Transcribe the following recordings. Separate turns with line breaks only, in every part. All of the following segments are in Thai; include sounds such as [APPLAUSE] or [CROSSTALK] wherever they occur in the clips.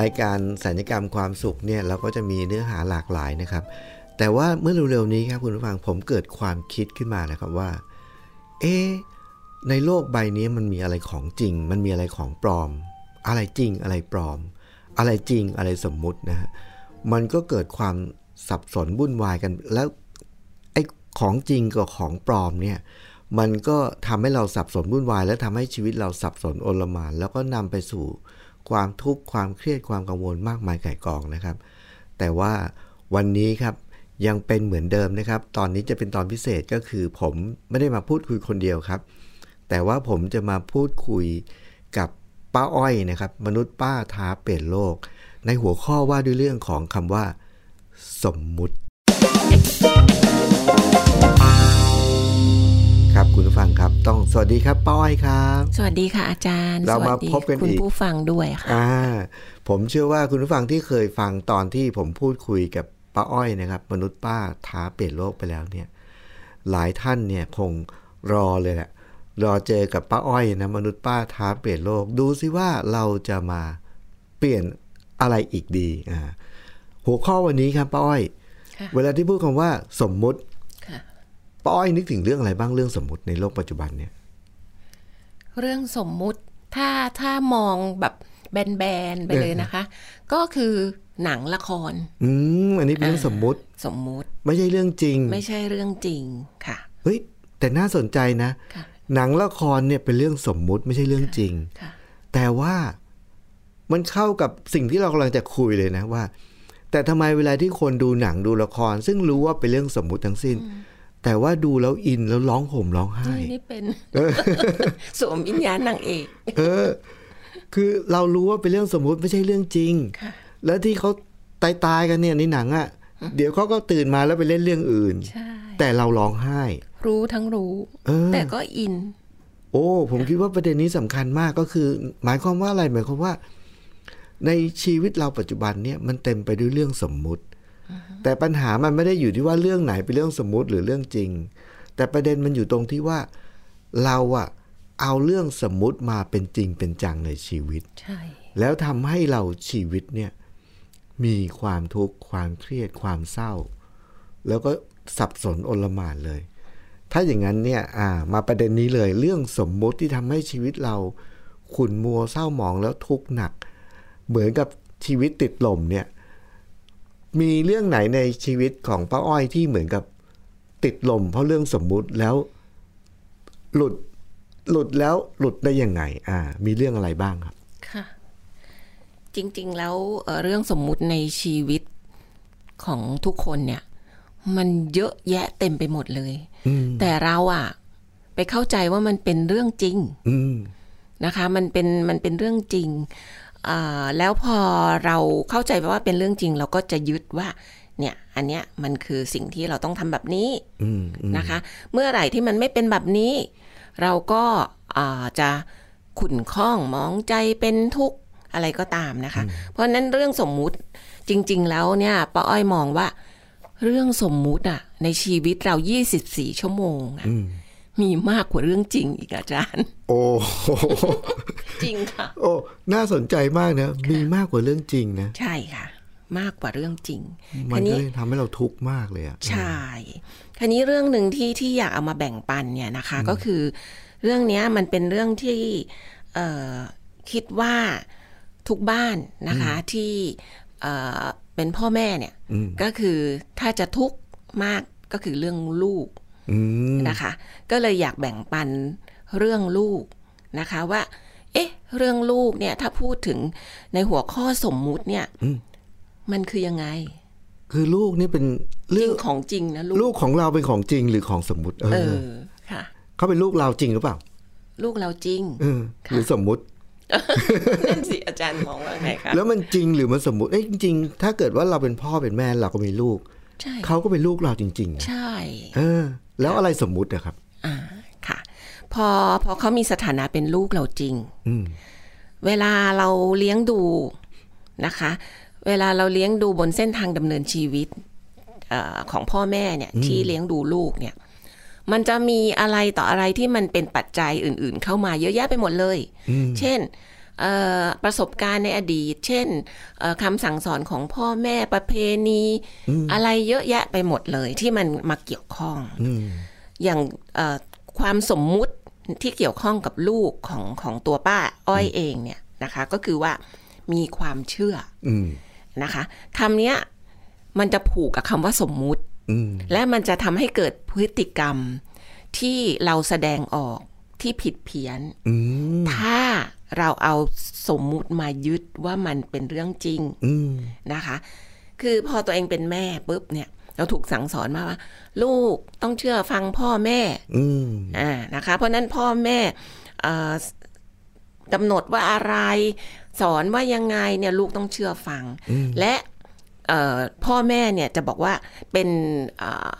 รายการสัญญกรรมความสุขเนี่ยเราก็จะมีเนื้อหาหลากหลายนะครับ แต่ว่าเมื่อเร็วๆนี้ครับคุณผู้ฟังผมเกิดความคิดขึ้นมานะครับว่า เอ๊ะในโลกใบนี้มันมีอะไรของจริง มันมีอะไรของปลอม อะไรจริงอะไรปลอม อะไรจริงอะไรสมมุตินะฮะมันก็เกิดความสับสนวุ่นวายกัน แล้วไอ้ของจริงกับของปลอมเนี่ย มันก็ทำให้เราสับสนวุ่นวาย และทำให้ชีวิตเราสับสนโอลหมาน แล้วก็นำไปสู่ความทุกข์ความเครียดความกังวลมากมายไก่ายกองนะครับ แต่ว่าวันนี้ครับยังเป็นเหมือนเดิมนะครับ ตอนนี้จะเป็นตอนพิเศษก็คือผมไม่ได้มาพูดคุยคนเดียวครับ แต่ว่าผมจะมาพูดคุยกับป้าอ้อยนะครับ มนุษย์ป้าท้าเปลี่ยนโลก ในหัวข้อว่าด้วยเรื่องของคำว่า สมมุติ ครับคุณผู้ฟังครับ ต้องสวัสดีครับป้าอ้อยครับ
สวัสดีค่ะอาจารย์
เรามา
สวัสดี
พบกัน
คุณ
อีก
ผู้ฟังด้วยค่ะ
อ่าผมเชื่อว่าคุณผู้ฟังที่เคยฟังตอนที่ผมพูดคุยกับป้าอ้อยนะครับ มนุษย์ป้าท้าเปลี่ยนโลกไปแล้วเนี่ย หลายท่านเนี่ยคงรอเลยแหละรอเจอกับป้าอ้อยนะมนุษย์ป้าท้าเปลี่ยนโลก ดูสิว่าเราจะมาเปลี่ยนอะไรอีกดีอ่าหัวข้อวันนี้ครับป้าอ้อย
ค่ะ
เวลาที่พูดคำว่า สมมุติ
ค่ะ
ป้าอ้อยนึกถึงเรื่องอะไรบ้างเรื่องสมมุติในโลกปัจจุบันเนี่ย
เรื่องสมมุติถ้าถ้ามองแบบแบนๆไปเลยนะคะ ก็คือหนังละคร
อืมอันนี้เป็นเรื่องสมมุติ
สมมุติ
ไม่ใช่เรื่องจริง
ไม่ใช่เรื่องจริงค่ะ
เฮ้ยแต่น่าสนใจนะ
ค่ะ
หนังละครเนี่ยเป็นเรื่องสมมุติไม่ใช่เรื่องจริง
ค่ะ
แต่ว่ามันเข้ากับสิ่งที่เรากำลังจะคุยเลยนะว่า แต่ทำไมเวลาที่คนดูหนังดูละคร ซึ่งรู้ว่าเป็นเรื่องสมมุติทั้งสิ้น แต่ว่าดูแล้วอินแล้วร้องห่มร้องไห้
นี่นี่เป็นสวมวิญญาณนางเอก
เออ คือเรารู้ว่าเป็นเรื่องสมมุติไม่ใช่เรื่องจริง
ค่ะ
แล้วที่เขาตายตายๆกันเนี่ยในหนังอะ่ะ เดี๋ยวเขาก็ตื่นมาแล้วไปเล่นเรื่องอื่น
ใช่
แต่เราร้องไห้
รู้ทั้งรู้
เออ
แต่ก็อิน
โอ้ ผมคิดว่าประเด็นนี้สำคัญมากก็คือ หมายความว่าอะไรหมายความว่า ในชีวิตเราปัจจุบันเนี่ยมันเต็มไปด้วยเรื่องสมมุติ แต่ปัญหามันไม่ได้อยู่ที่ว่าเรื่องไหนเป็นเรื่องสมมุติหรือเรื่องจริง แต่ประเด็นมันอยู่ตรงที่ว่า เราอะเอาเรื่องสมมุติมาเป็นจริงเป็นจังในชีวิต
ใช่
แล้วทำให้เราชีวิตเนี่ยมีความทุกข์ความเครียดความเศร้า แล้วก็สับสนอลหม่านเลย ถ้าอย่างนั้นเนี่ยอ่ามาประเด็นนี้เลยเรื่องสมมุติที่ทำให้ชีวิตเราขุ่นมัวเศร้าหมองแล้วทุกข์หนัก เหมือนกับชีวิตติดลมเนี่ยมีเรื่องไหนในชีวิตของป้าอ้อยที่เหมือนกับติดลม เพราะเรื่องสมมุติแล้วหลุดหลุดแล้วหลุดได้ยังไง อ่า มีเรื่องอะไรบ้างครับ
ค่ะ จริงๆแล้วเอ่อเรื่องสมมุติในชีวิตของทุกคนเนี่ย มันเยอะแยะเต็มไปหมดเลย
อืม
แต่เราอะไปเข้าใจว่ามันเป็นเรื่องจริง
อืม
นะคะ มันเป็นมันเป็นเรื่องจริงอ่าแล้วพอเราเข้าใจว่าเป็นเรื่องจริง เราก็จะยึดว่า เนี่ย อันเนี้ยมันคือสิ่งที่เราต้องทำแบบนี้
อืมอืม
นะคะ เมื่อไหร่ที่มันไม่เป็นแบบนี้ เราก็อ่าจะขุ่นข้องหมองใจเป็นทุกข์อะไรก็ตามนะคะ เพราะฉะนั้นเรื่องสมมุติจริง ๆ แล้วเนี่ยป้าอ้อยมองว่า เรื่องสมมุติอะในชีวิตเรา 24 ชั่วโมงอะ
อืม
มีมากกว่าเรื่องจริงอีกอาจารย์
โอ้ [LAUGHS] โห
จริงค่ะ
โอ้ น่าสนใจมากนะ มีมากกว่าเรื่องจริงนะ
ใช่ค่ะ มากกว่าเรื่องจริง
มั
คั
นก็
นี้
เลยทำให้เราทุกข์มากเลยอ่ะ
ใช่คันนี้เรื่องหนึ่งที่ที่อยากเอามาแบ่งปันเนี่ยนะคะ ก็คือ เรื่องเนี้ยมันเป็นเรื่องที่เอ่อคิดว่าทุกบ้านนะคะที่เอ่อเป็นพ่อแม่เนี่ยก็คือถ้าจะทุกข์มากก็คือเรื่องลูก
อืม
นะคะ ก็เลยอยากแบ่งปันเรื่องลูกนะคะว่า เอ๊ะ เรื่องลูกเนี่ยถ้าพูดถึงในหัวข้อสมมุติเนี่ย
อืม
มันคือยังไง
คือลูกนี่เป็น
จ
เรื่
ริ
องง
ของจริงนะลู
ลู
ก
กของเราเป็นของจริงหรือของสมมุติเอ
เอ
อ
อค่ะ
เขาเป็นลูกเราจริงหรือเปล่า
ลูกเราจริง
เออหรือสมมุติ
นั่นสิอาจารย์มองว่าไงคะ
แล้วมันจริงหรือมันสมมุติเอ้ยจริงๆ ถ้าเกิดว่าเราเป็นพ่อเป็นแม่เราก็มีลูก
ใช่
เขาก็เป็นลูกเราจริงๆนะ
ใช่
เออ แล้วอะไรสมมุติอะครับ
อ่าค่ะ พอพอเขามีสถานะเป็นลูกเราจริง
อืม
เวลาเราเลี้ยงดูนะคะ เวลาเราเลี้ยงดูบนเส้นทางดำเนินชีวิตเออของพ่อแม่เนี่ยที่เลี้ยงดูลูกเนี่ย มันจะมีอะไรต่ออะไรที่มันเป็นปัจจัยอื่น ๆ เข้ามาเยอะแยะไปหมดเลย เช่นเอ่อประสบการณ์ในอดีต เช่นเอ่อคำสั่งสอนของพ่อแม่ประเพณี อะไรเยอะแยะไปหมดเลยที่มันมาเกี่ยวข้อง
อืม
อย่างเอ่อความสมมุติที่เกี่ยวข้องกับลูกของของตัวป้าอ้อยเองเนี่ยนะคะ ก็คือว่ามีความเชื่อ
อืม
นะคะคำเนี้ยมันจะผูกกับคำว่าสมมุติ
อืม
และมันจะทำให้เกิดพฤติกรรมที่เราแสดงออกที่ผิดเพี้ยน
อืม
ถ้าเราเอาสมมุติมายึดว่ามันเป็นเรื่องจริง
อืม
นะคะ คือพอตัวเองเป็นแม่ปุ๊บเนี่ย เราถูกสั่งสอนมาว่า ลูกต้องเชื่อฟังพ่อแม่
อืม
อ่านะคะ เพราะฉะนั้นพ่อแม่เอ่อกำหนดว่าอะไร สอนว่ายังไงเนี่ยลูกต้องเชื่อฟัง และเอ่อพ่อแม่เนี่ยจะบอกว่าเป็นเอ่อ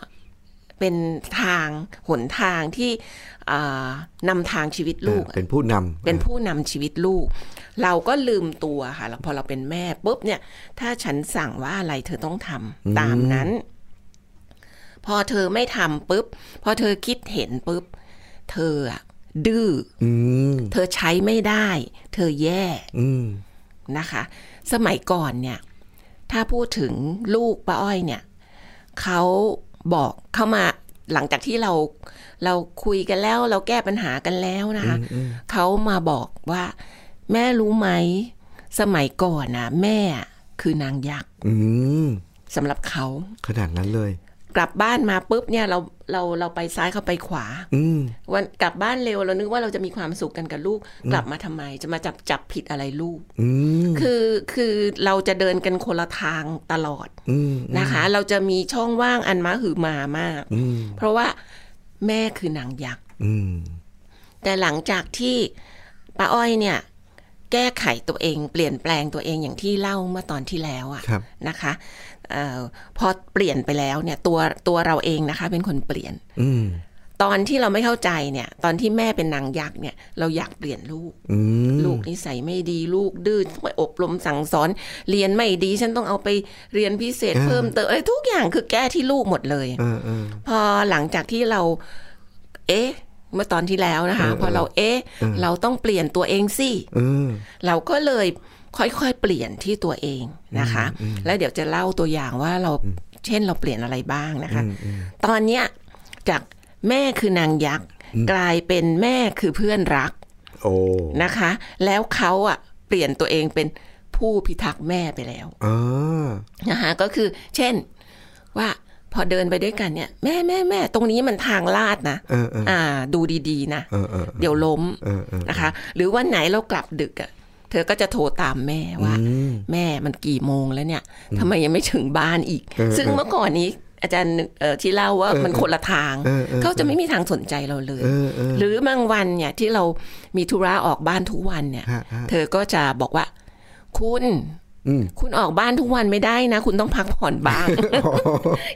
เป็นทางหนทางที่เอ่อนำทางชีวิตลูก
เป็นผู้นำ
เป็นผู้นำชีวิตลูก เราก็ลืมตัวค่ะแล้วพอเราเป็นแม่ปุ๊บเนี่ย ถ้าฉันสั่งว่าอะไรเธอต้องทำตามนั้น พอเธอไม่ทำปุ๊บ พอเธอคิดเห็นปุ๊บ เธออะดื้อ
อืม
เธอใช้ไม่ได้ เธอแย่
อืม
นะคะ สมัยก่อนเนี่ย ถ้าพูดถึงลูกป้าอ้อยเนี่ยเขาบอกเข้ามาหลังจากที่เราเราคุยกันแล้ว เราแก้ปัญหากันแล้วนะคะเขามาบอกว่าแม่รู้ไหม สมัยก่อนนะแม่คือนางยักษ์
อืม
สำหรับเขา
ขนาดนั้นเลย
กลับบ้านมาปุ๊บเนี่ยเราเราเราไปซ้ายเขาไปขวา
อืม
วันกลับบ้านเร็วเรานึกว่าเราจะมีความสุขกันกับลูก กลับมาทำไม จะมาจับจับผิดอะไรลูก
อืม
คือคือเราจะเดินกันคนละทางตลอด
อืม
นะคะ เราจะมีช่องว่างอันมาหือมามาก
อืม
เพราะว่าแม่คือนางยักษ์
อืม
แต่หลังจากที่ป้าอ้อยเนี่ย แก้ไขตัวเอง เปลี่ยนแปลงตัวเองอย่างที่เล่าเมื่อตอนที่แล้วอะ
ครับ
นะคะเออพอเปลี่ยนไปแล้วเนี่ยตัวตัวเราเองนะคะ เป็นคนเปลี่ยน
อืม
ตอนที่เราไม่เข้าใจเนี่ย ตอนที่แม่เป็นนางยักษ์เนี่ย เราอยากเปลี่ยนลูก
อืม
ลูกนิสัยไม่ดีลูกดื้อต้องไปอบรมสั่งสอน เรียนไม่ดีฉันต้องเอาไปเรียนพิเศษ
อ่า
เพิ่มเติมอะไรทุกอย่างคือแก้ที่ลูกหมดเลย
เออเออ
พอหลังจากที่เรา เอ๊ะ เมื่อตอนที่แล้วนะคะ
เออ
พอเราเอ๊ะ
เออ
เราต้องเปลี่ยนตัวเองสิ
เออ
เราก็เลยค่อยๆเปลี่ยนที่ตัวเองนะคะ แล้วเดี๋ยวจะเล่าตัวอย่างว่าเราเช่นเราเปลี่ยนอะไรบ้างนะคะ ตอนเนี้ยจากแม่คือนางยักษ์กลายเป็นแม่คือเพื่อนรัก
โอ้
นะคะ แล้วเขาอ่ะเปลี่ยนตัวเองเป็นผู้พิทักษ์แม่ไปแล้ว
อ่า
นะคะก็คือ เช่นว่าพอเดินไปด้วยกันเนี่ย แม่แม่แม่ตรงนี้มันทางลาดนะ
เออเออ
อ่า ดูดีๆ นะ
เออเออ
เดี๋ยวล้ม
เออเออ
นะคะ หรือวันไหนเรากลับดึกอ่ะเธอก็จะโทรตามแม่ว่า
อืม
แม่มันกี่โมงแล้วเนี่ยทำไมยังไม่ถึงบ้านอีก
เออ
ซึ่งเมื่อก่อนนี้อาจารย์เอ่อที่เล่าว่า
เออ
มันคนละทาง
เออเออ
เขาจะไม่มีทางสนใจเราเลย
เออเออ
หรือบางวันเนี่ยที่เรามีธุระออกบ้านทุกวันเนี่ย
ฮะฮะ
เธอก็จะบอกว่า คุณ
อืม
คุณออกบ้านทุกวันไม่ได้นะ คุณต้องพักผ่อนบ้าง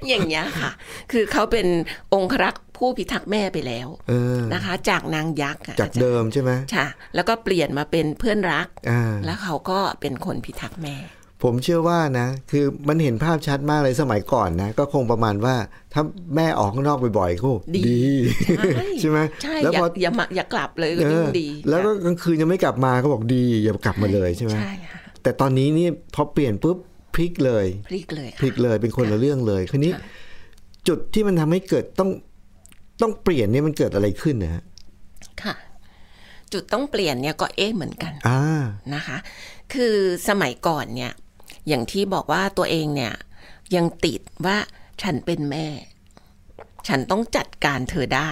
อย่างเงี้ยค่ะ คือเขาเป็นองครักษ์ผู้พิทักษ์แม่ไปแล้ว
เออ
นะคะ จากนางยักษ์อะ
จากเดิมใช่ไหม
ค่ะแล้วก็เปลี่ยนมาเป็นเพื่อนรัก
อ่า
แล้วเขาก็เป็นคนพิทักษ์แม่
ผมเชื่อว่านะ คือมันเห็นภาพชัดมากเลยสมัยก่อนนะ ก็คงประมาณว่า ถ้าแม่ออกข้างนอกบ่อยๆก็
ดี
ดี
ใช่
ใช่ไหม
ใช่
แล้ว
อย่า
พอ
อย่ามาอย่ากลับเลย
เอ
ยิ่
อง
ดี
แล้วก็กลางคืนยังไม่กลับมาก็บอกดี อย่ากลับมาเลยใช่ไหม
ใช่ค่ะ
แต่ตอนนี้นี่พอเปลี่ยนปุ๊บพลิกเลย
พลิกเลยค่ะ
พลิกเลยเป็นคนละเรื่องเลยคืนนี้
ค่ะ
จุดที่มันทำให้เกิดต้องต้องเปลี่ยนเนี่ยมันเกิดอะไรขึ้นนะฮะ
ค่ะ จุดต้องเปลี่ยนเนี่ยก็เอ๊ะเหมือนกัน
อ่า
นะคะ คือสมัยก่อนเนี่ย อย่างที่บอกว่าตัวเองเนี่ย ยังติดว่าฉันเป็นแม่ ฉันต้องจัดการเธอได้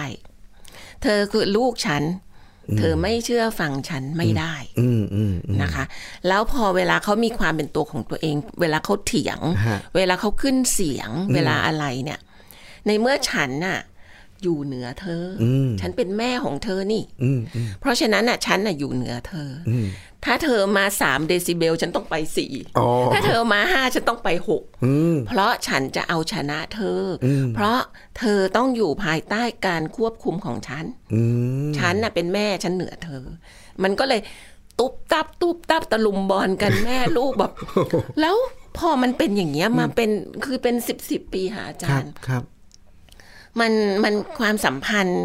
เธอคือลูกฉัน เธอไม่เชื่อฟังฉันไม่ได้
อืมอืมอืม
นะคะ แล้วพอเวลาเขามีความเป็นตัวของตัวเอง เวลาเขาเถียง
ฮะ
เวลาเขาขึ้นเสียง เวลาอะไรเนี่ย ในเมื่อฉันน่ะอยู่เหนือเธออ
อืม
ฉันเป็นแม่ของเธอนี่
อืมอืม
เพราะฉะนั้นน่ะฉันน่ะอยู่เหนือเธออ
อืม
ถ้าเธอมาสามเดซิเบลฉันต้องไปสี่ [LAUGHS]
อ๋อ
ถ้าเธอมาห้าฉันต้องไปหก
อืม
เพราะฉันจะเอาชนะเธออ
ม
เพราะเธอต้องอยู่ภายใต้การควบคุมของฉัน
อืม
ฉันน่ะเป็นแม่ฉันเหนือเธอ มันก็เลยตุบตับตุบตับตะลุมบอลกันแม่ลูก
[LAUGHS]
แบบ แล้วพอมันเป็นอย่างเงี้ยมาเป็นคือเป็นสิบสิบปีหาอา
ค
จา
รั
ร
บ
ย์
ครับ
มันมันความสัมพันธ์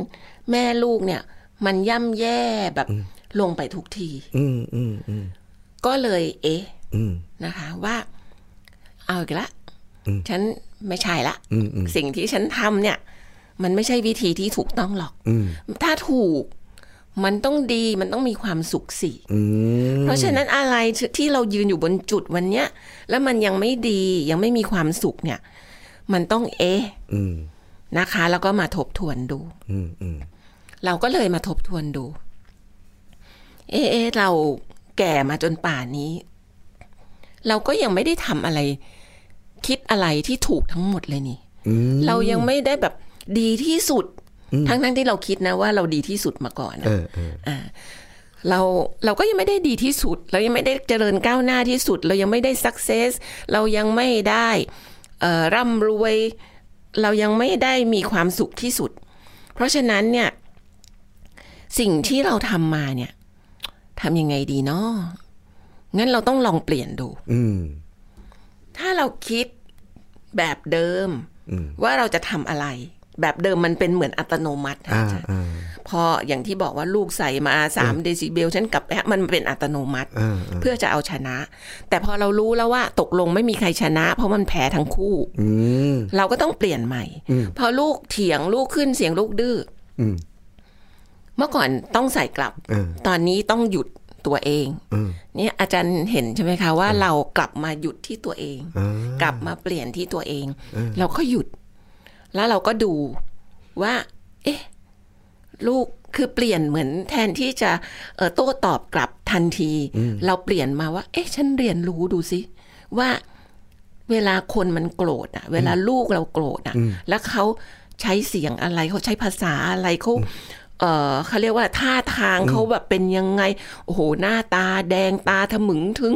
แม่ลูกเนี่ย มันย่ำแย่แบบลงไปทุกที
อืมอืมอืม
ก็เลยเอ๊ะ
อืม
นะคะว่าเอาอีกละ
อืม
ฉันไม่ใช่ละ
อืมอืม
สิ่งที่ฉันทำเนี่ย มันไม่ใช่วิธีที่ถูกต้องหรอก
อืม
ถ้าถูกมันต้องดีมันต้องมีความสุขสิ
อืม
เพราะฉะนั้นอะไรที่เรายืนอยู่บนจุดวันเนี้ย แล้วมันยังไม่ดียังไม่มีความสุขเนี่ย มันต้องเอ๊ะ
อืม
นะคะ แล้วก็มาทบทวนดู
อืมอืม
เราก็เลยมาทบทวนดู เอะเอะเราแก่มาจนป่านนี้ เราก็ยังไม่ได้ทำอะไร คิดอะไรที่ถูกทั้งหมดเลยนี่
อืม
เรายังไม่ได้แบบดีที่สุด
อืม
ทั้งทั้งๆที่เราคิดนะว่าเราดีที่สุดมาก่อนนะ
เออเออ
เราเราก็ยังไม่ได้ดีที่สุด เรายังไม่ได้เจริญก้าวหน้าที่สุด เรายังไม่ได้สักเซส เรายังไม่ได้เอ่อร่ำรวย เรายังไม่ได้มีความสุขที่สุด เพราะฉะนั้นเนี่ย สิ่งที่เราทำมาเนี่ยทำยังไงดีเนาะงั้นเราต้องลองเปลี่ยนดู
อืม
ถ้าเราคิดแบบเดิม ว่าเราจะทำอะไร แบบเดิมมันเป็นเหมือนอัตโนมัตินะ
อ่า
อาจารย์
อ่า
พออย่างที่บอกว่าลูกใส่มาสามเดซิเบลฉันกลับแอะมันเป็นอัตโนมัติ
อ่าอ่า
เพื่อจะเอาชนะ แต่พอเรารู้แล้วว่าตกลงไม่มีใครชนะ เพราะมันแพ้ทั้งคู่
อืม
เราก็ต้องเปลี่ยนใหม่
อืม
พอลูกเถียงลูกขึ้นเสียงลูกดื้อ
อืม
เมื่อก่อนต้องใส่กลับ
เออ
ตอนนี้ต้องหยุดตัวเอง
เออ
เนี่ยอาจารย์เห็นใช่ไหมคะว่าเรากลับมาหยุดที่ตัวเอง
อ่าก
ลับมาเปลี่ยนที่ตัวเอง เราก็หยุด แล้วเราก็ดูว่า เอ๊ะ ลูกคือเปลี่ยนเหมือนแทนที่จะเอ่อโต้ตอบกลับทันที เราเปลี่ยนมาว่า เอ๊ะ ฉันเรียนรู้ดูสิว่าเวลาคนมันโกรธอ่ะ เวลาลูกเราโกรธอ่ะ แล้วเขาใช้เสียงอะไรเขาใช้ภาษาอะไรเขาเออเขาเรียกว่าท่าทางเขาแบบเป็นยังไง โอ้โหหน้าตาแดงตาถมึงถึง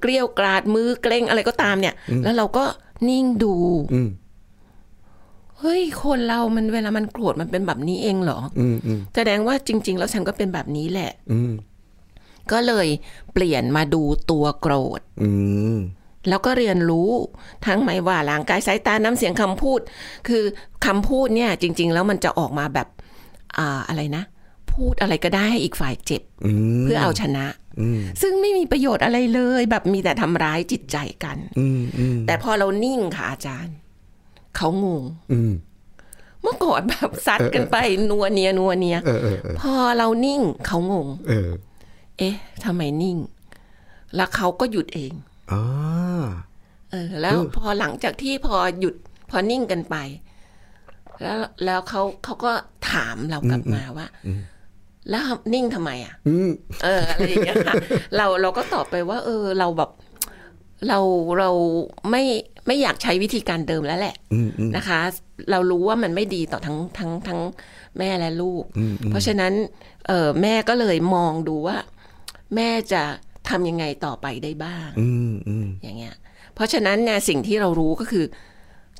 เกลี้ยวกราดมือเกรงอะไรก็ตามเนี่ย แล้วเราก็นิ่งดู
อืม
เฮ้ย คนเรามันเวลามันโกรธมันเป็นแบบนี้เองเหรอ
อืมอืม
แสดงว่าจริง ๆ แล้วฉันก็เป็นแบบนี้แหละ
อืม
ก็เลยเปลี่ยนมาดูตัวโกรธ
อืม
แล้วก็เรียนรู้ทั้งไหมว่าร่างกายสายตาน้ำเสียงคำพูด คือคำพูดเนี่ย จริง ๆ แล้วมันจะออกมาแบบอ่าอะไรนะ พูดอะไรก็ได้ให้อีกฝ่ายเจ็บ
อืม
เพื่อเอาชนะ
อืม
ซึ่งไม่มีประโยชน์อะไรเลย แบบมีแต่ทำร้ายจิตใจกัน
อืมอืม
แต่พอเรานิ่งค่ะอาจารย์ เขางง
อืม
เมื่อก่อนแบบซัดกันไปนัวเนียนัวเนีย
เออเออเออ
พอเรานิ่งเขางง
เออ
เอ๊ะทำไมนิ่ง แล้วเขาก็หยุดเอง
อ๋อ
เออ แล้ว
เออ
พอหลังจากที่พอหยุด พอนิ่งกันไป แล้วแล้วเขาเขาก็ถามเรากลับมาว่า แล้วนิ่งทำไมอ่ะ
อืม
เอออะไรอย่างเงี้ยค่ะ [LAUGHS] เราเราก็ตอบไปว่า เออ เราแบบ เราเราไม่ไม่อยากใช้วิธีการเดิมแล้วแหละ
อืมอืม
นะคะ เรารู้ว่ามันไม่ดีต่อทั้งทั้งทั้งแม่และลูก เพราะฉะนั้นเออแม่ก็เลยมองดูว่า แม่จะทำยังไงต่อไปได้บ้าง
อืมอืม
อย่างเงี้ย เพราะฉะนั้นเนี่ยสิ่งที่เรารู้ก็คือ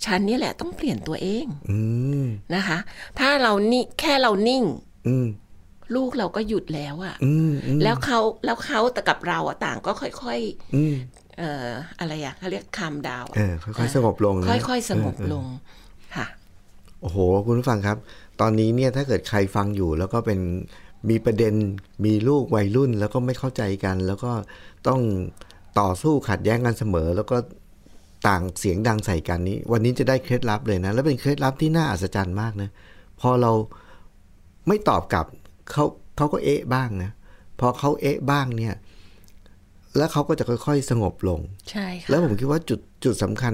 ฉันนี่แหละต้องเปลี่ยนตัวเอง
อืม
นะคะ ถ้าเรานี่แค่เรานิ่ง
อืม
ลูกเราก็หยุดแล้วอะ
อืมอืม
แล้วเขาแล้วเขาแต่กับเราอะต่างก็ค่อย
อืม
ๆเอ่ออะไรอะเขาเรียกคำดาว
เออค่อยๆสงบลงนะ
ค่อยๆสงบลงค่ะ
โอ้โห คุณผู้ฟังครับ ตอนนี้เนี่ยถ้าเกิดใครฟังอยู่แล้วก็เป็นมีประเด็นมีลูกวัยรุ่น แล้วก็ไม่เข้าใจกัน แล้วก็ต้องต่อสู้ขัดแย้งกันเสมอ แล้วก็ต่างเสียงดังใส่กันนี้ วันนี้จะได้เคล็ดลับเลยนะ แล้วเป็นเคล็ดลับที่น่าอัศจรรย์มากนะพอเราไม่ตอบกลับเขาเขาก็เอ๊ะบ้างนะพอเขาเอ๊ะบ้างเนี่ย แล้วเขาก็จะค่อย ๆ สงบลง
ใช่ค่ะ
แล้วผมคิดว่าจุดจุดสำคัญ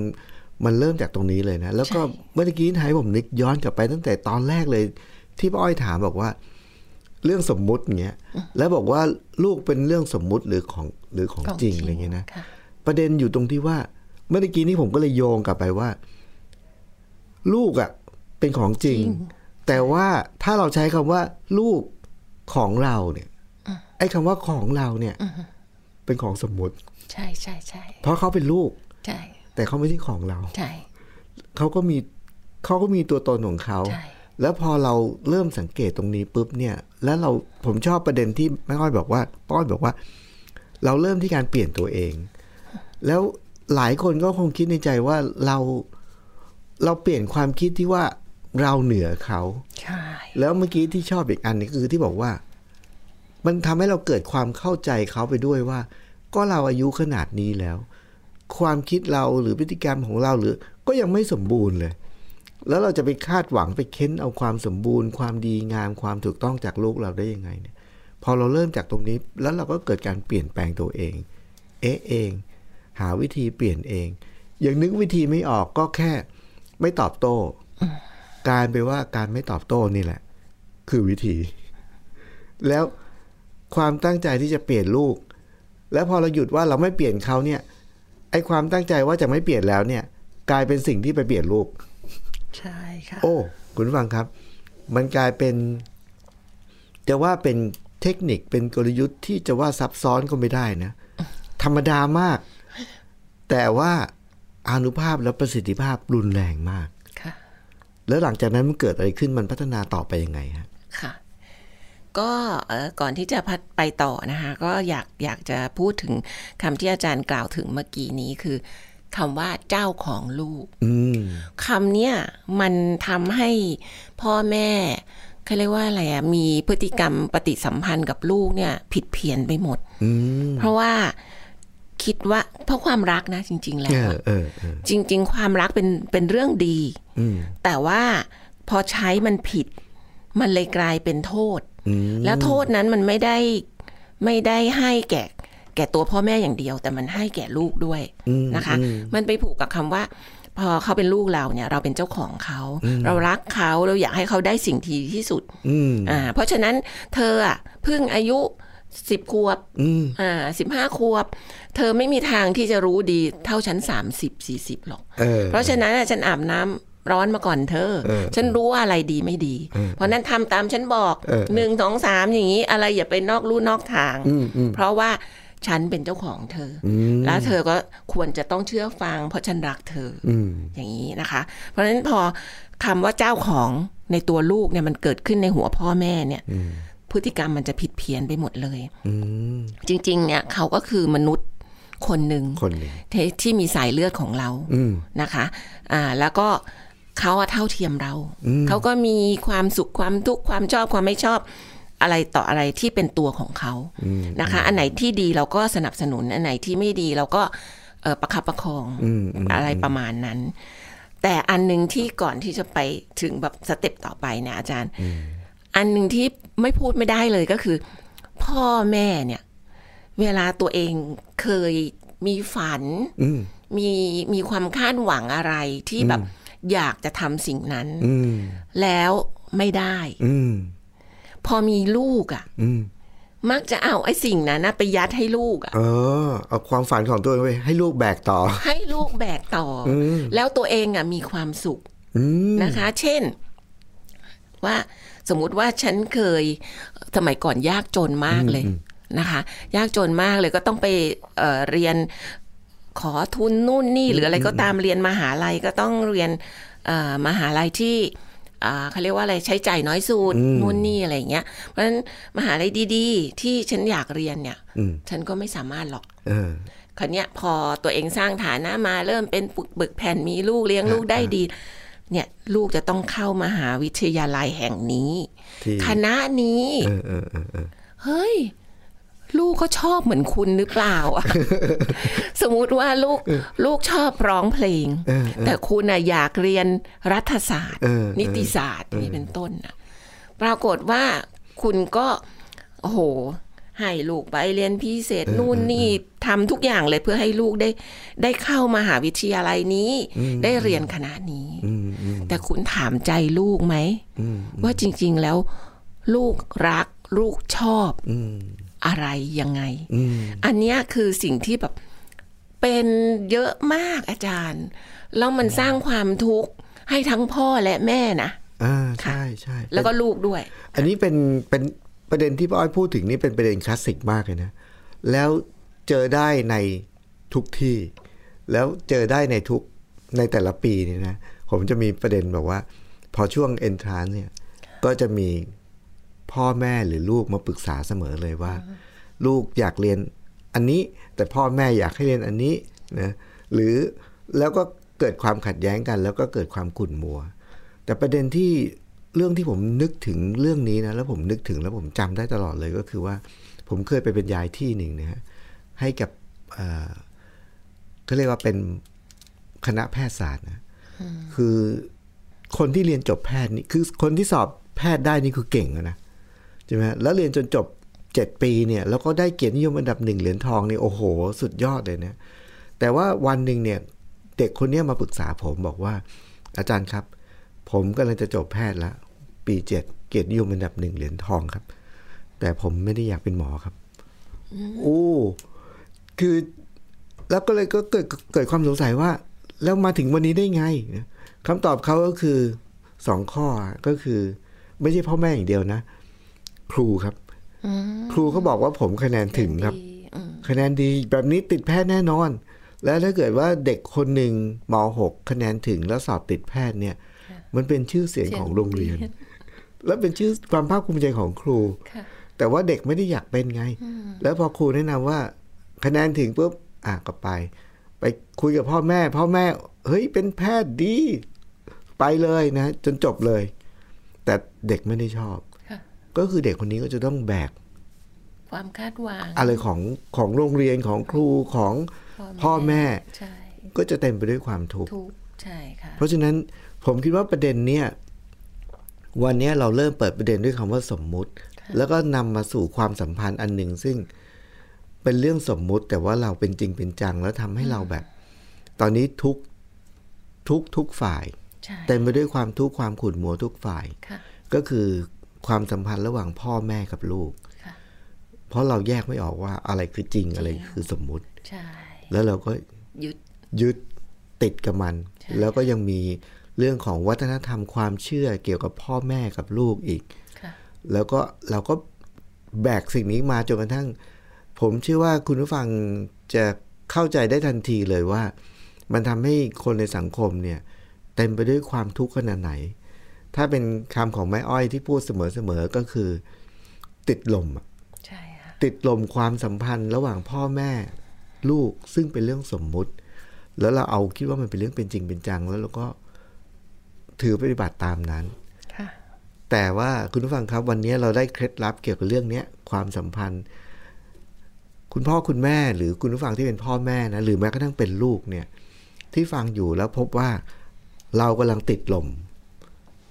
มันเริ่มจากตรงนี้เลยนะ แล้วก็
ใช่
เมื่อกี้ท้ายผมนึกย้อนกลับไปตั้งแต่ตอนแรกเลย ที่ป้าอ้อยถามบอกว่า เรื่องสมมุติอย่างเงี้ยแล้วบอกว่าลูกเป็นเรื่องสมมุติหรือของหรือของ
ของ
จริง
จริง
อะไรเงี้ยนะ
ค่ะ
ประเด็นอยู่ตรงที่ว่าเมื่อกี้นี้ผมก็เลยโยงกลับไปว่า ลูกอะ่ะเป็นของจริง แต่ว่าถ้าเราใช้คำว่า ลูกของเราเนี่ย ไอ้คำว่าของเราเนี่ย เป็นของสมมุติ
ใช่ใช่ใช่
เพราะเขาเป็นลูก
ใช่
แต่เขาไม่ใช่ของเรา
ใช่
เขาก็มีเขาก็มีตัวตนของเขา
ใช่
แล้วพอเราเริ่มสังเกตตรงนี้ปุ๊บเนี่ย แล้วเราผมชอบประเด็นที่แม่อ้อยบอกว่าป้อยบอกว่า เราเริ่มที่การเปลี่ยนตัวเอง แล้วหลายคนก็คงคิดในใจว่าเราเราเปลี่ยนความคิดที่ว่าเราเหนือเขา
ใช่
แล้วเมื่อกี้ที่ชอบอีกอันนึงคือที่บอกว่า มันทำให้เราเกิดความเข้าใจเขาไปด้วยว่า ก็เราอายุขนาดนี้แล้ว ความคิดเราหรือพฤติกรรมของเราหรือ ก็ยังไม่สมบูรณ์เลย แล้วเราจะไปคาดหวังไปเค้นเอาความสมบูรณ์ ความดีงามความถูกต้องจากลูกเราได้ยังไงเนี่ย พอเราเริ่มจากตรงนี้ แล้วเราก็เกิดการเปลี่ยนแปลงตัวเอง เอ๊ะเอง หาวิธีเปลี่ยนเองอย่างนึกวิธีไม่ออกก็แค่ ไม่ตอบโต้กลารไปนว่าการไม่ตอบโต้นี่แหละ คือวิธี แล้วความตั้งใจที่จะเปลี่ยนลูก แล้วพอเราหยุดว่าเราไม่เปลี่ยนเขาเนี่ย ไอความตั้งใจว่าจะไม่เปลี่ยนแล้วเนี่ย กลายเป็นสิ่งที่ไปเปลี่ยนลูก
ใช่ค่ะ
โอ้ คุณผู้ฟังครับ มันกลายเป็นจะว่าเป็นเทคนิคเป็นกลยุทธ์ที่จะว่าซับซ้อนก็ไม่ได้นะ ธรรมดามาก แต่ว่าอานุภาพและประสิทธิภาพรุนแรงมาก
ค่ะ
แล้วหลังจากนั้นมันเกิดอะไรขึ้นมันพัฒนาต่อไปยังไงฮะ
ค่ะ ก็เอ่อก่อนที่จะพัดไปต่อนะคะ ก็อยากอยากจะพูดถึงคำที่อาจารย์กล่าวถึงเมื่อกี้นี้คือคำว่าเจ้าของลูก
อืม
คำเนี้ยมันทำให้พ่อแม่เขาเรียกว่าอะไรอะมีพฤติกรรมปฏิสัมพันธ์กับลูกเนี่ย ผิดเพี้ยนไปหมด
อืม
เพราะว่าคิดว่าเพราะความรักนะจริง ๆ แล้
เออ
วอะ
เออเออ
จริง ๆ ความรักเป็นเป็นเรื่องดี
อืม
แต่ว่าพอใช้มันผิด มันเลยกลายเป็นโทษ
อืม
แล้วโทษนั้นมันไม่ได้ไม่ได้ให้แก่แก่ตัวพ่อแม่อย่างเดียว แต่มันให้แก่ลูกด้วย
อืม
นะคะ
อืม
มันไปผูกกับคำว่า พอเขาเป็นลูกเราเนี่ย เราเป็นเจ้าของเขา
อืม
เรารักเขาเราอยากให้เขาได้สิ่งที่ดีที่สุด
อืม
อ่าเพราะฉะนั้นเธออ่ะเพิ่งอายุสิบขวบ
อืม
อ่าสิบห้าขวบ เธอไม่มีทางที่จะรู้ดีเท่าฉันสามสิบสี่สิบหรอก
เออ
เพราะฉะนั้นน่ะฉันอาบน้ำร้อนมาก่อนเธอ
เออ
ฉันรู้ว่าอะไรดีไม่ดี
เออ
เพราะนั้นทำตามฉันบอก
เออ
หนึ่งสองสามอย่างนี้ อะไรอย่าไปนอกลู่นอกทาง
อืมอืม
เพราะว่าฉันเป็นเจ้าของเธออ
อืม
แล้วเธอก็ควรจะต้องเชื่อฟัง เพราะฉันรักเธออ
อืม
อย่างนี้นะคะ เพราะฉะนั้นพอคำว่าเจ้าของในตัวลูกเนี่ยมันเกิดขึ้นในหัวพ่อแม่เนี่ย
อืม
พฤติกรรมมันจะผิดเพี้ยนไปหมดเลย
อืม
จริง ๆ เนี่ยเขาก็คือมนุษย์คนหนึ่ง
คนหนึ่ง
ที่ที่มีสายเลือดของเรา
อืม
นะคะอ่าแล้วก็เขาอะเท่าเทียมเรา
อืม
เขาก็มีความสุขความทุกข์ความชอบความไม่ชอบอะไรต่ออะไรที่เป็นตัวของเขา
อืม
นะคะ อันไหนที่ดีเราก็สนับสนุน อันไหนที่ไม่ดีเราก็เอ่อประคับประคอง
อืมอืม
อะไรประมาณนั้น แต่อันหนึ่งที่ก่อนที่จะไปถึงแบบสเต็ปต่อไปเนี่ยอาจารย์ อันหนึ่งที่ไม่พูดไม่ได้เลยก็คือ พ่อแม่เนี่ย เวลาตัวเองเคยมีฝัน
อืม
มีมีความคาดหวังอะไรที่แบบอยากจะทำสิ่งนั้น
อืม
แล้วไม่ได้
อืม
พอมีลูกอะ่ะ
อืม
มักจะเอาไอ้สิ่งนั้นนะไปยัดให้ลูกอะ่ะ
เออเอาความฝันของตัวเองไปให้ลูกแบกต่อ
ให้ลูกแบกต่ออ
อืม
แล้วตัวเองอะ่ะมีความสุข
อืม
นะคะ เช่น ว่าสมมติว่าฉันเคยสมัยก่อนยากจนมากเลยนะคะ ยากจนมากเลยก็ต้องไปเอ่อเรียนขอทุนนู่นนี่หรืออะไรก็ตามเรียนมหาลัยก็ต้องเรียนเอ่อมหาลัยที่อ่าเขาเรียกว่าอะไรใช้จ่ายน้อยสุดนู่นนี่อะไรอย่างเงี้ยเพราะฉะนั้นมหาลัยดีๆ ที่ฉันอยากเรียนเนี่ย
อืม
ฉันก็ไม่สามารถหรอก
เออ
คราวเนี้ยพอตัวเองสร้างฐานะมาเริ่มเป็นปึกบึกแผ่นมีลูกเลี้ยงลูกได้ดี เนี่ยลูกจะต้องเข้ามหาวิทยาลัยแห่งนี้
ที่
คณะนี้
เออเออเออเออ
เฮ้ย ลูกก็ชอบเหมือนคุณหรือเปล่า [LAUGHS] อะ สมมุติว่าลูกลูกชอบร้องเพลง
เออ
แต่คุณน่ะอยากเรียนรัฐศาสตร์
เออ
นิติศาสตร์นี่เป็นต้นนะปรากฏว่าคุณก็โอ้โหให้ลูกไปเรียนพิเศษนู่นนี่ทำทุกอย่างเลยเพื่อให้ลูกได้ ได้เข้ามาหาวิทยาลัยนี้ ได้เรียนคณะนี้
อืมอืม
แต่คุณถามใจลูกไหม
อืม
ว่าจริง ๆ แล้วลูกรัก ลูกชอบ
อืม
อะไรยังไง
อืม
อันเนี้ยคือสิ่งที่แบบเป็นเยอะมากอาจารย์ แล้วมันสร้างความทุกข์ให้ทั้งพ่อและแม่นะ
อ่า
ค่ะ
ใช่ใช่
แล้วก็ลูกด้วย
อันนี้เป็นเป็นประเด็นที่ป้าอ้อยพูดถึงนี่เป็นประเด็นคลาสสิกมากเลยนะ แล้วเจอได้ในทุกที่ แล้วเจอได้ในทุกในแต่ละปีเนี่ยนะ ผมจะมีประเด็นแบบว่า พอช่วง entrance เนี่ย ก็จะมีพ่อแม่หรือลูกมาปรึกษาเสมอเลยว่า ลูกอยากเรียนอันนี้ แต่พ่อแม่อยากให้เรียนอันนี้นะหรือแล้วก็เกิดความขัดแย้งกัน แล้วก็เกิดความขุ่นมัว แต่ประเด็นที่เรื่องที่ผมนึกถึงเรื่องนี้นะแล้วผมนึกถึงแล้วผมจำได้ตลอดเลยก็คือว่า ผมเคยไปเป็นยายที่หนึ่งนะฮะให้กับเอ่อเขาเรียกว่าเป็นคณะแพทยศาสตร์นะคือคนที่เรียนจบแพทย์นี่คือคนที่สอบแพทย์ได้นี่คือเก่งแล้วนะ ใช่ไหมฮะแล้วเรียนจนจบ 7 ปีเนี่ยแล้วก็ได้เกียรตินิยมอันดับหนึ่งเหรียญทองเนี่ยโอ้โห สุดยอดเลยนะแต่ว่าวันหนึ่งเนี่ยเด็กคนเนี้ยมาปรึกษาผมบอกว่า อาจารย์ครับ ผมกำลังจะจบแพทย์ละปีเจ็ดเกียรตินิยมอันดับหนึ่งเหรียญทองครับ แต่ผมไม่ได้อยากเป็นหมอครับโอ้คือ แล้วก็เลยก็เกิดเกิดความสงสัยว่า แล้วมาถึงวันนี้ได้ไงนะคำตอบเขาก็คือสองข้ออะก็คือ ไม่ใช่พ่อแม่อย่างเดียวนะ ครูครับ ครูเขาบอกว่าผมคะแนนถึงครับ คะแนนดีแบบนี้ติดแพทย์แน่นอน แล้วถ้าเกิดว่าเด็กคนหนึ่งมหกคะแนนถึงแล้วสอบติดแพทย์เนี่ย มันเป็นชื่อเสียงของโรงเรียน [LAUGHS] และเป็นชื่อความภาคภูมิใจของครู
ค่ะ
แต่ว่าเด็กไม่ได้อยากเป็นไง แล้วพอครูแนะนำว่า คะแนนถึงปุ๊บอ่ะก็ไป ไปคุยกับพ่อแม่ พ่อแม่ เฮ้ยเป็นแพทย์ดี ไปเลยนะ จนจบเลย แต่เด็กไม่ได้ชอบ ก็คือเด็กคนนี้ก็จะต้องแบก
ความคาดหวัง
อะไรของของโรงเรียนของครูของพ่อแม่
ใช่
ก็จะเต็มไปด้วยความทุกข์
ทุกข์ใช่ค่ะ
เพราะฉะนั้นผมคิดว่าประเด็นเนี้ยวันเนี้ยเราเริ่มเปิดประเด็นด้วยคำว่าสมมุติ แล้วก็นำมาสู่ความสัมพันธ์อันหนึ่งซึ่งเป็นเรื่องสมมุติ แต่ว่าเราเป็นจริงเป็นจังแล้วทำให้เราแบบ ตอนนี้ทุกทุกทุกฝ่าย
ใช่
เต็มไปด้วยความทุกข์ความขุ่นมัวทุกฝ่าย
ค่ะ
ก็คือความสัมพันธ์ระหว่างพ่อแม่กับลูก
ค่ะ
เพราะเราแยกไม่ออกว่าอะไรคือจริงอะไรคือสมมุติ
ใช่
แล้วเราก็
ยึด
ยึดติดกับมัน แล้วก็ยังมีเรื่องของวัฒนธรรมความเชื่อเกี่ยวกับพ่อแม่กับลูกอีก
ค่ะ
แล้วก็เราก็แบกสิ่งนี้มาจนกระทั่ง ผมเชื่อว่าคุณผู้ฟังจะเข้าใจได้ทันทีเลยว่า มันทำให้คนในสังคมเนี่ย เต็มไปด้วยความทุกข์ขนาดไหน ถ้าเป็นคำของแม่อ้อยที่พูดเสมอๆก็คือ ติดลมอะ
ใช่ค่ะ
ติดลมความสัมพันธ์ระหว่างพ่อแม่ ลูกซึ่งเป็นเรื่องสมมุติ แล้วเราเอาคิดว่ามันเป็นเรื่องเป็นจริงเป็นจัง แล้วเราก็ถือปฏิบัติตามนั้น
ค่ะ
แต่ว่าคุณผู้ฟังครับวันนี้เราได้เคล็ดลับเกี่ยวกับเรื่องเนี้ยความสัมพันธ์ คุณพ่อคุณแม่หรือคุณผู้ฟังที่เป็นพ่อแม่นะหรือแม้กระทั่งเป็นลูกเนี่ยที่ฟังอยู่แล้วพบว่าเรากำลังติดลม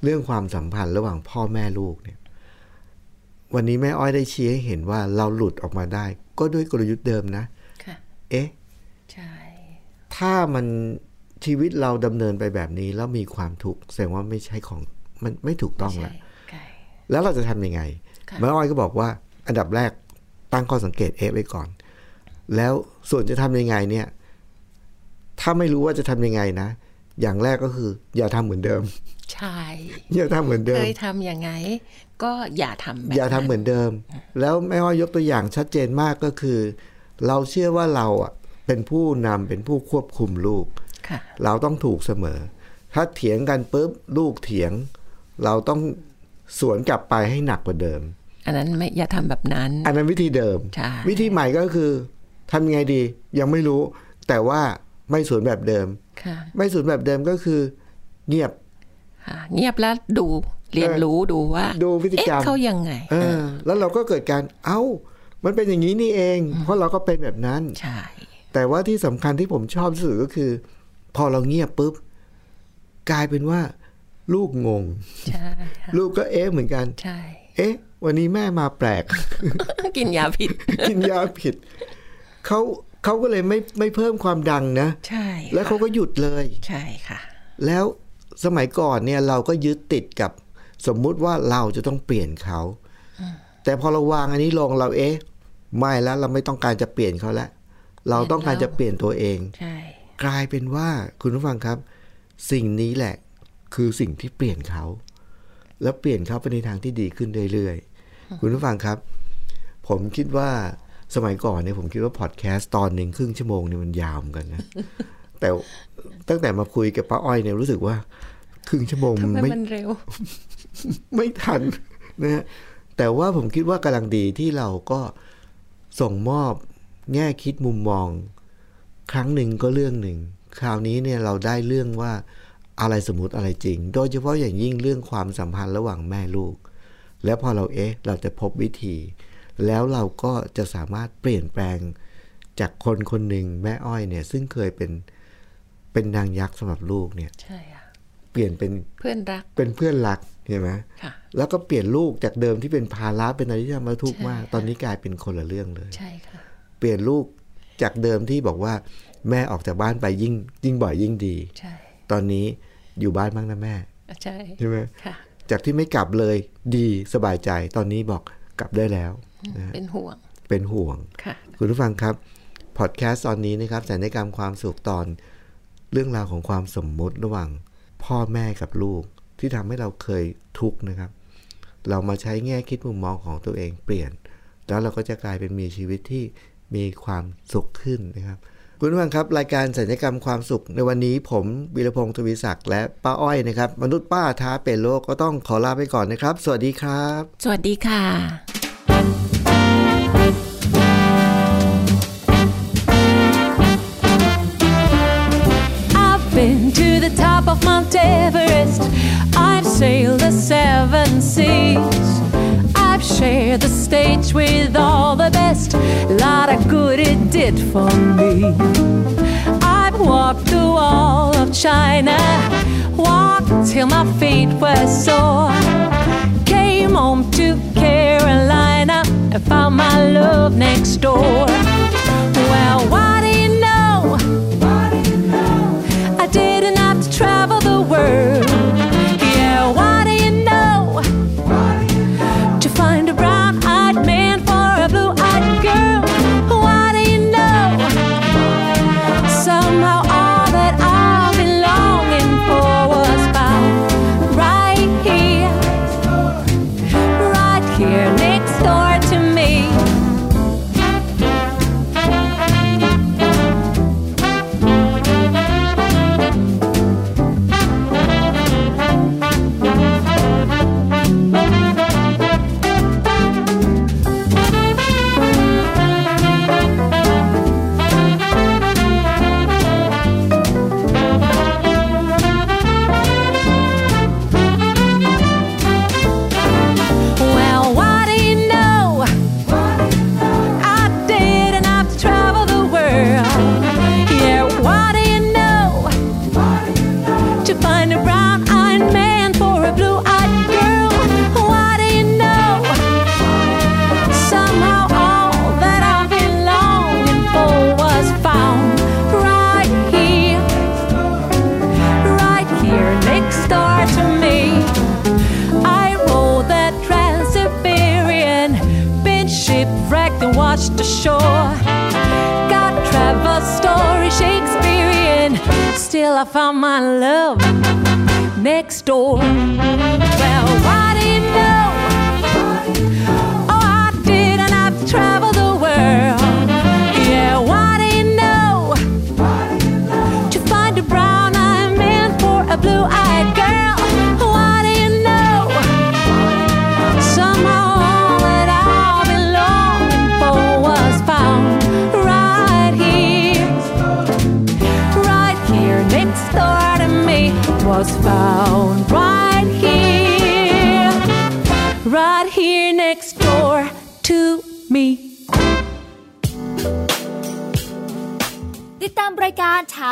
เรื่องความสัมพันธ์ระหว่างพ่อแม่ลูกเนี่ย วันนี้แม่อ้อยได้ชี้ให้เห็นว่าเราหลุดออกมาได้ ก็ด้วยกลยุทธ์เดิมนะ
ค่ะ
เอ๊ะ
ใช่
ถ้ามันชีวิตเราดำเนินไปแบบนี้ แล้วมีความทุกข์แสดงว่าไม่ใช่ของมันไม่ถูกต้องแล้
ใช่
ว
ไก่
แล้วเราจะทำยังไง
ค่ะ
แม่อ้อยก็บอกว่า อันดับแรกตั้งข้อสังเกตเอฟไว้ก่อน แล้วส่วนจะทำยังไงเนี่ย ถ้าไม่รู้ว่าจะทำยังไงนะ อย่างแรกก็คือ อย่าทำเหมือนเดิม [LAUGHS]
ใช่
อย่าทำเหมือนเดิ
เค
ม
ยทำอย่างไง ก็อย่าทำแบบ
อย่าทำเหมือนเดิม แล้วแม่อ้อยยกตัวอย่างชัดเจนมากก็คือ เราเชื่อว่าเราอะเป็นผู้นำเป็นผู้ควบคุมลูก
ค่ะ
เราต้องถูกเสมอ ถ้าเถียงกันปุ๊บลูกเถียง เราต้องสวนกลับไปให้หนักกว่าเดิม
อันนั้นไม่ อย่าทำแบบนั้น
อันนั้นวิธีเดิม
ใช่
วิธีใหม่ก็คือทำยังไงดี ยังไม่รู้ แต่ว่าไม่สวนแบบเดิม
ค่ะ
ไม่สวนแบบเดิมก็คือ เงียบ
ค่ะ เงียบแล้วดู เรียนรู้ดูว่า
ดูพฤติกรรม
เอ๊ะเขายังไง
เออ แล้วเราก็เกิดการเอ้า มันเป็นอย่างนี้นี่เอง เพราะเราก็เป็นแบบนั้น
ใช่
แต่ว่าที่สำคัญที่ผมชอบที่สุดก็คือ พอเราเงียบปุ๊บกลายเป็นว่า ลูกงง
ใช่ค่ะ
ลูกก็เอ๊ะเหมือนกัน
ใช่ [LAUGHS]
เอ๊ะ วันนี้แม่มาแปลก [LAUGHS]
กินยาผิด
กินยาผิดเขาเขาก็เลยไม่ไม่เพิ่มความดังนะ
ใช่ค่ะ
แล้วเขาก็หยุดเลย
ใช่ค่ะ
แล้วสมัยก่อนเนี่ยเราก็ยึดติดกับสมมุติว่าเราจะต้องเปลี่ยนเขา แต่พอเราวางอันนี้ลงเราเอ๊ะไม่แล้วเราไม่ต้องการจะเปลี่ยนเขาแล้วเราต้องการจะเปลี่ยนตัวเอง
ใช่
กลายเป็นว่าคุณผู้ฟังครับ สิ่งนี้แหละคือสิ่งที่เปลี่ยนเขา แล้วเปลี่ยนเขาไปในทางที่ดีขึ้นเรื่อยๆ คุณผู้ฟังครับ ผมคิดว่าสมัยก่อนเนี่ยผมคิดว่าพอดแคสต์ตอนหนึ่งครึ่งชั่วโมงเนี่ยมันยาวเหมือนกันนะ แต่ตั้งแต่มาคุยกับป้าอ้อยเนี่ยรู้สึกว่า ครึ่งชั่วโมง
ทำไม
ไม่
มันเร็ว
ไม่ทัน [LAUGHS] นะฮะแต่ว่าผมคิดว่ากำลังดีที่เราก็ส่งมอบแง่คิดมุมมอง ครั้งหนึ่งก็เรื่องหนึ่ง คราวนี้เนี่ยเราได้เรื่องว่าอะไรสมมติอะไรจริง โดยเฉพาะอย่างยิ่งเรื่องความสัมพันธ์ระหว่างแม่ลูก แล้วพอเราเอ๊ะเราจะพบวิธี แล้วเราก็จะสามารถเปลี่ยนแปลงจากคนคนหนึ่งแม่อ้อยเนี่ยซึ่งเคยเป็นเป็นนางยักษ์สำหรับลูกเนี่ย
ใช่ค่ะ
เปลี่ยนเป็น
เพื่อนรัก
เป็นเพื่อนรักเห็นไหม
ค่ะ
แล้วก็เปลี่ยนลูกจากเดิมที่เป็นภาระเป็นอะไรที่ทำให้ทุกข์มาก ตอนนี้กลายเป็นคนละเรื่องเลย
ใช่ค่ะ
เปลี่ยนลูกจากเดิมที่บอกว่า แม่ออกจากบ้านไปยิ่ง ยิ่งบ่อยยิ่งดี
ใช่
ตอนนี้อยู่บ้านบ้างนะแม่
ใช่
ใช่ไหม
ค่ะ
จากที่ไม่กลับเลยดีสบายใจ ตอนนี้บอกกลับได้แล้วนะฮะ
เป็นห่วง
เป็นห่วง
ค่ะ
คุณผู้ฟังครับพอดแคสต์ตอนนี้นะครับสัญญกรรมความสุขตอนเรื่องราวของความสมมุติระหว่างพ่อแม่กับลูก ที่ทำให้เราเคยทุกข์นะครับ เรามาใช้แง่คิดมุมมองของตัวเองเปลี่ยน แล้วเราก็จะกลายเป็นมีชีวิตที่มีความสุขขึ้นนะครับ คุณผู้ฟังครับ รายการสัญญกรรมความสุข ในวันนี้ผมวีรพงศ์ทวีศักดิ์และป้าอ้อยนะครับ มนุษย์ป้าท้าเปลี่ยนโลกก็ต้องขอลาไปก่อนนะครับ สวัสดีครับ
สวัสดีค่ะ
I've been to the top of Mount Everest. I've sailed the seven seas. I've shared the stage with all the best. Lot of good it did for me. I've walked the wall of China. Walked till my feet were sore. Came home to Carolina and found my love next door. Well, why do you know? I didn't have to travel the world. Yeah, what do you know? To find a brown eyed man for a blue eyed girl. What do you know? Somehow all that I've been longing for was found right here, right here next door to me. Well, what do you know? I didn't have to travel the world. Yeah, what do you know? To find a brown eyed man for a blue eyed girl. What do you know? Somehow all that I've been longing for was found right here, right here next door to me. I rode that Trans-Siberian, been shipwrecked and washed ashore. Got Trevor Story Shakespearean, still I found my love next door. Well, why do you know? Oh, I didn't have to travel the world. Yeah, why do you know? to find a brown eyed man for a blue eyed girl. What do you know? Somehow all that I've been longing for was found right here, right here next door to me. Was found right here, right here next door to me.
ติดตามรายการทา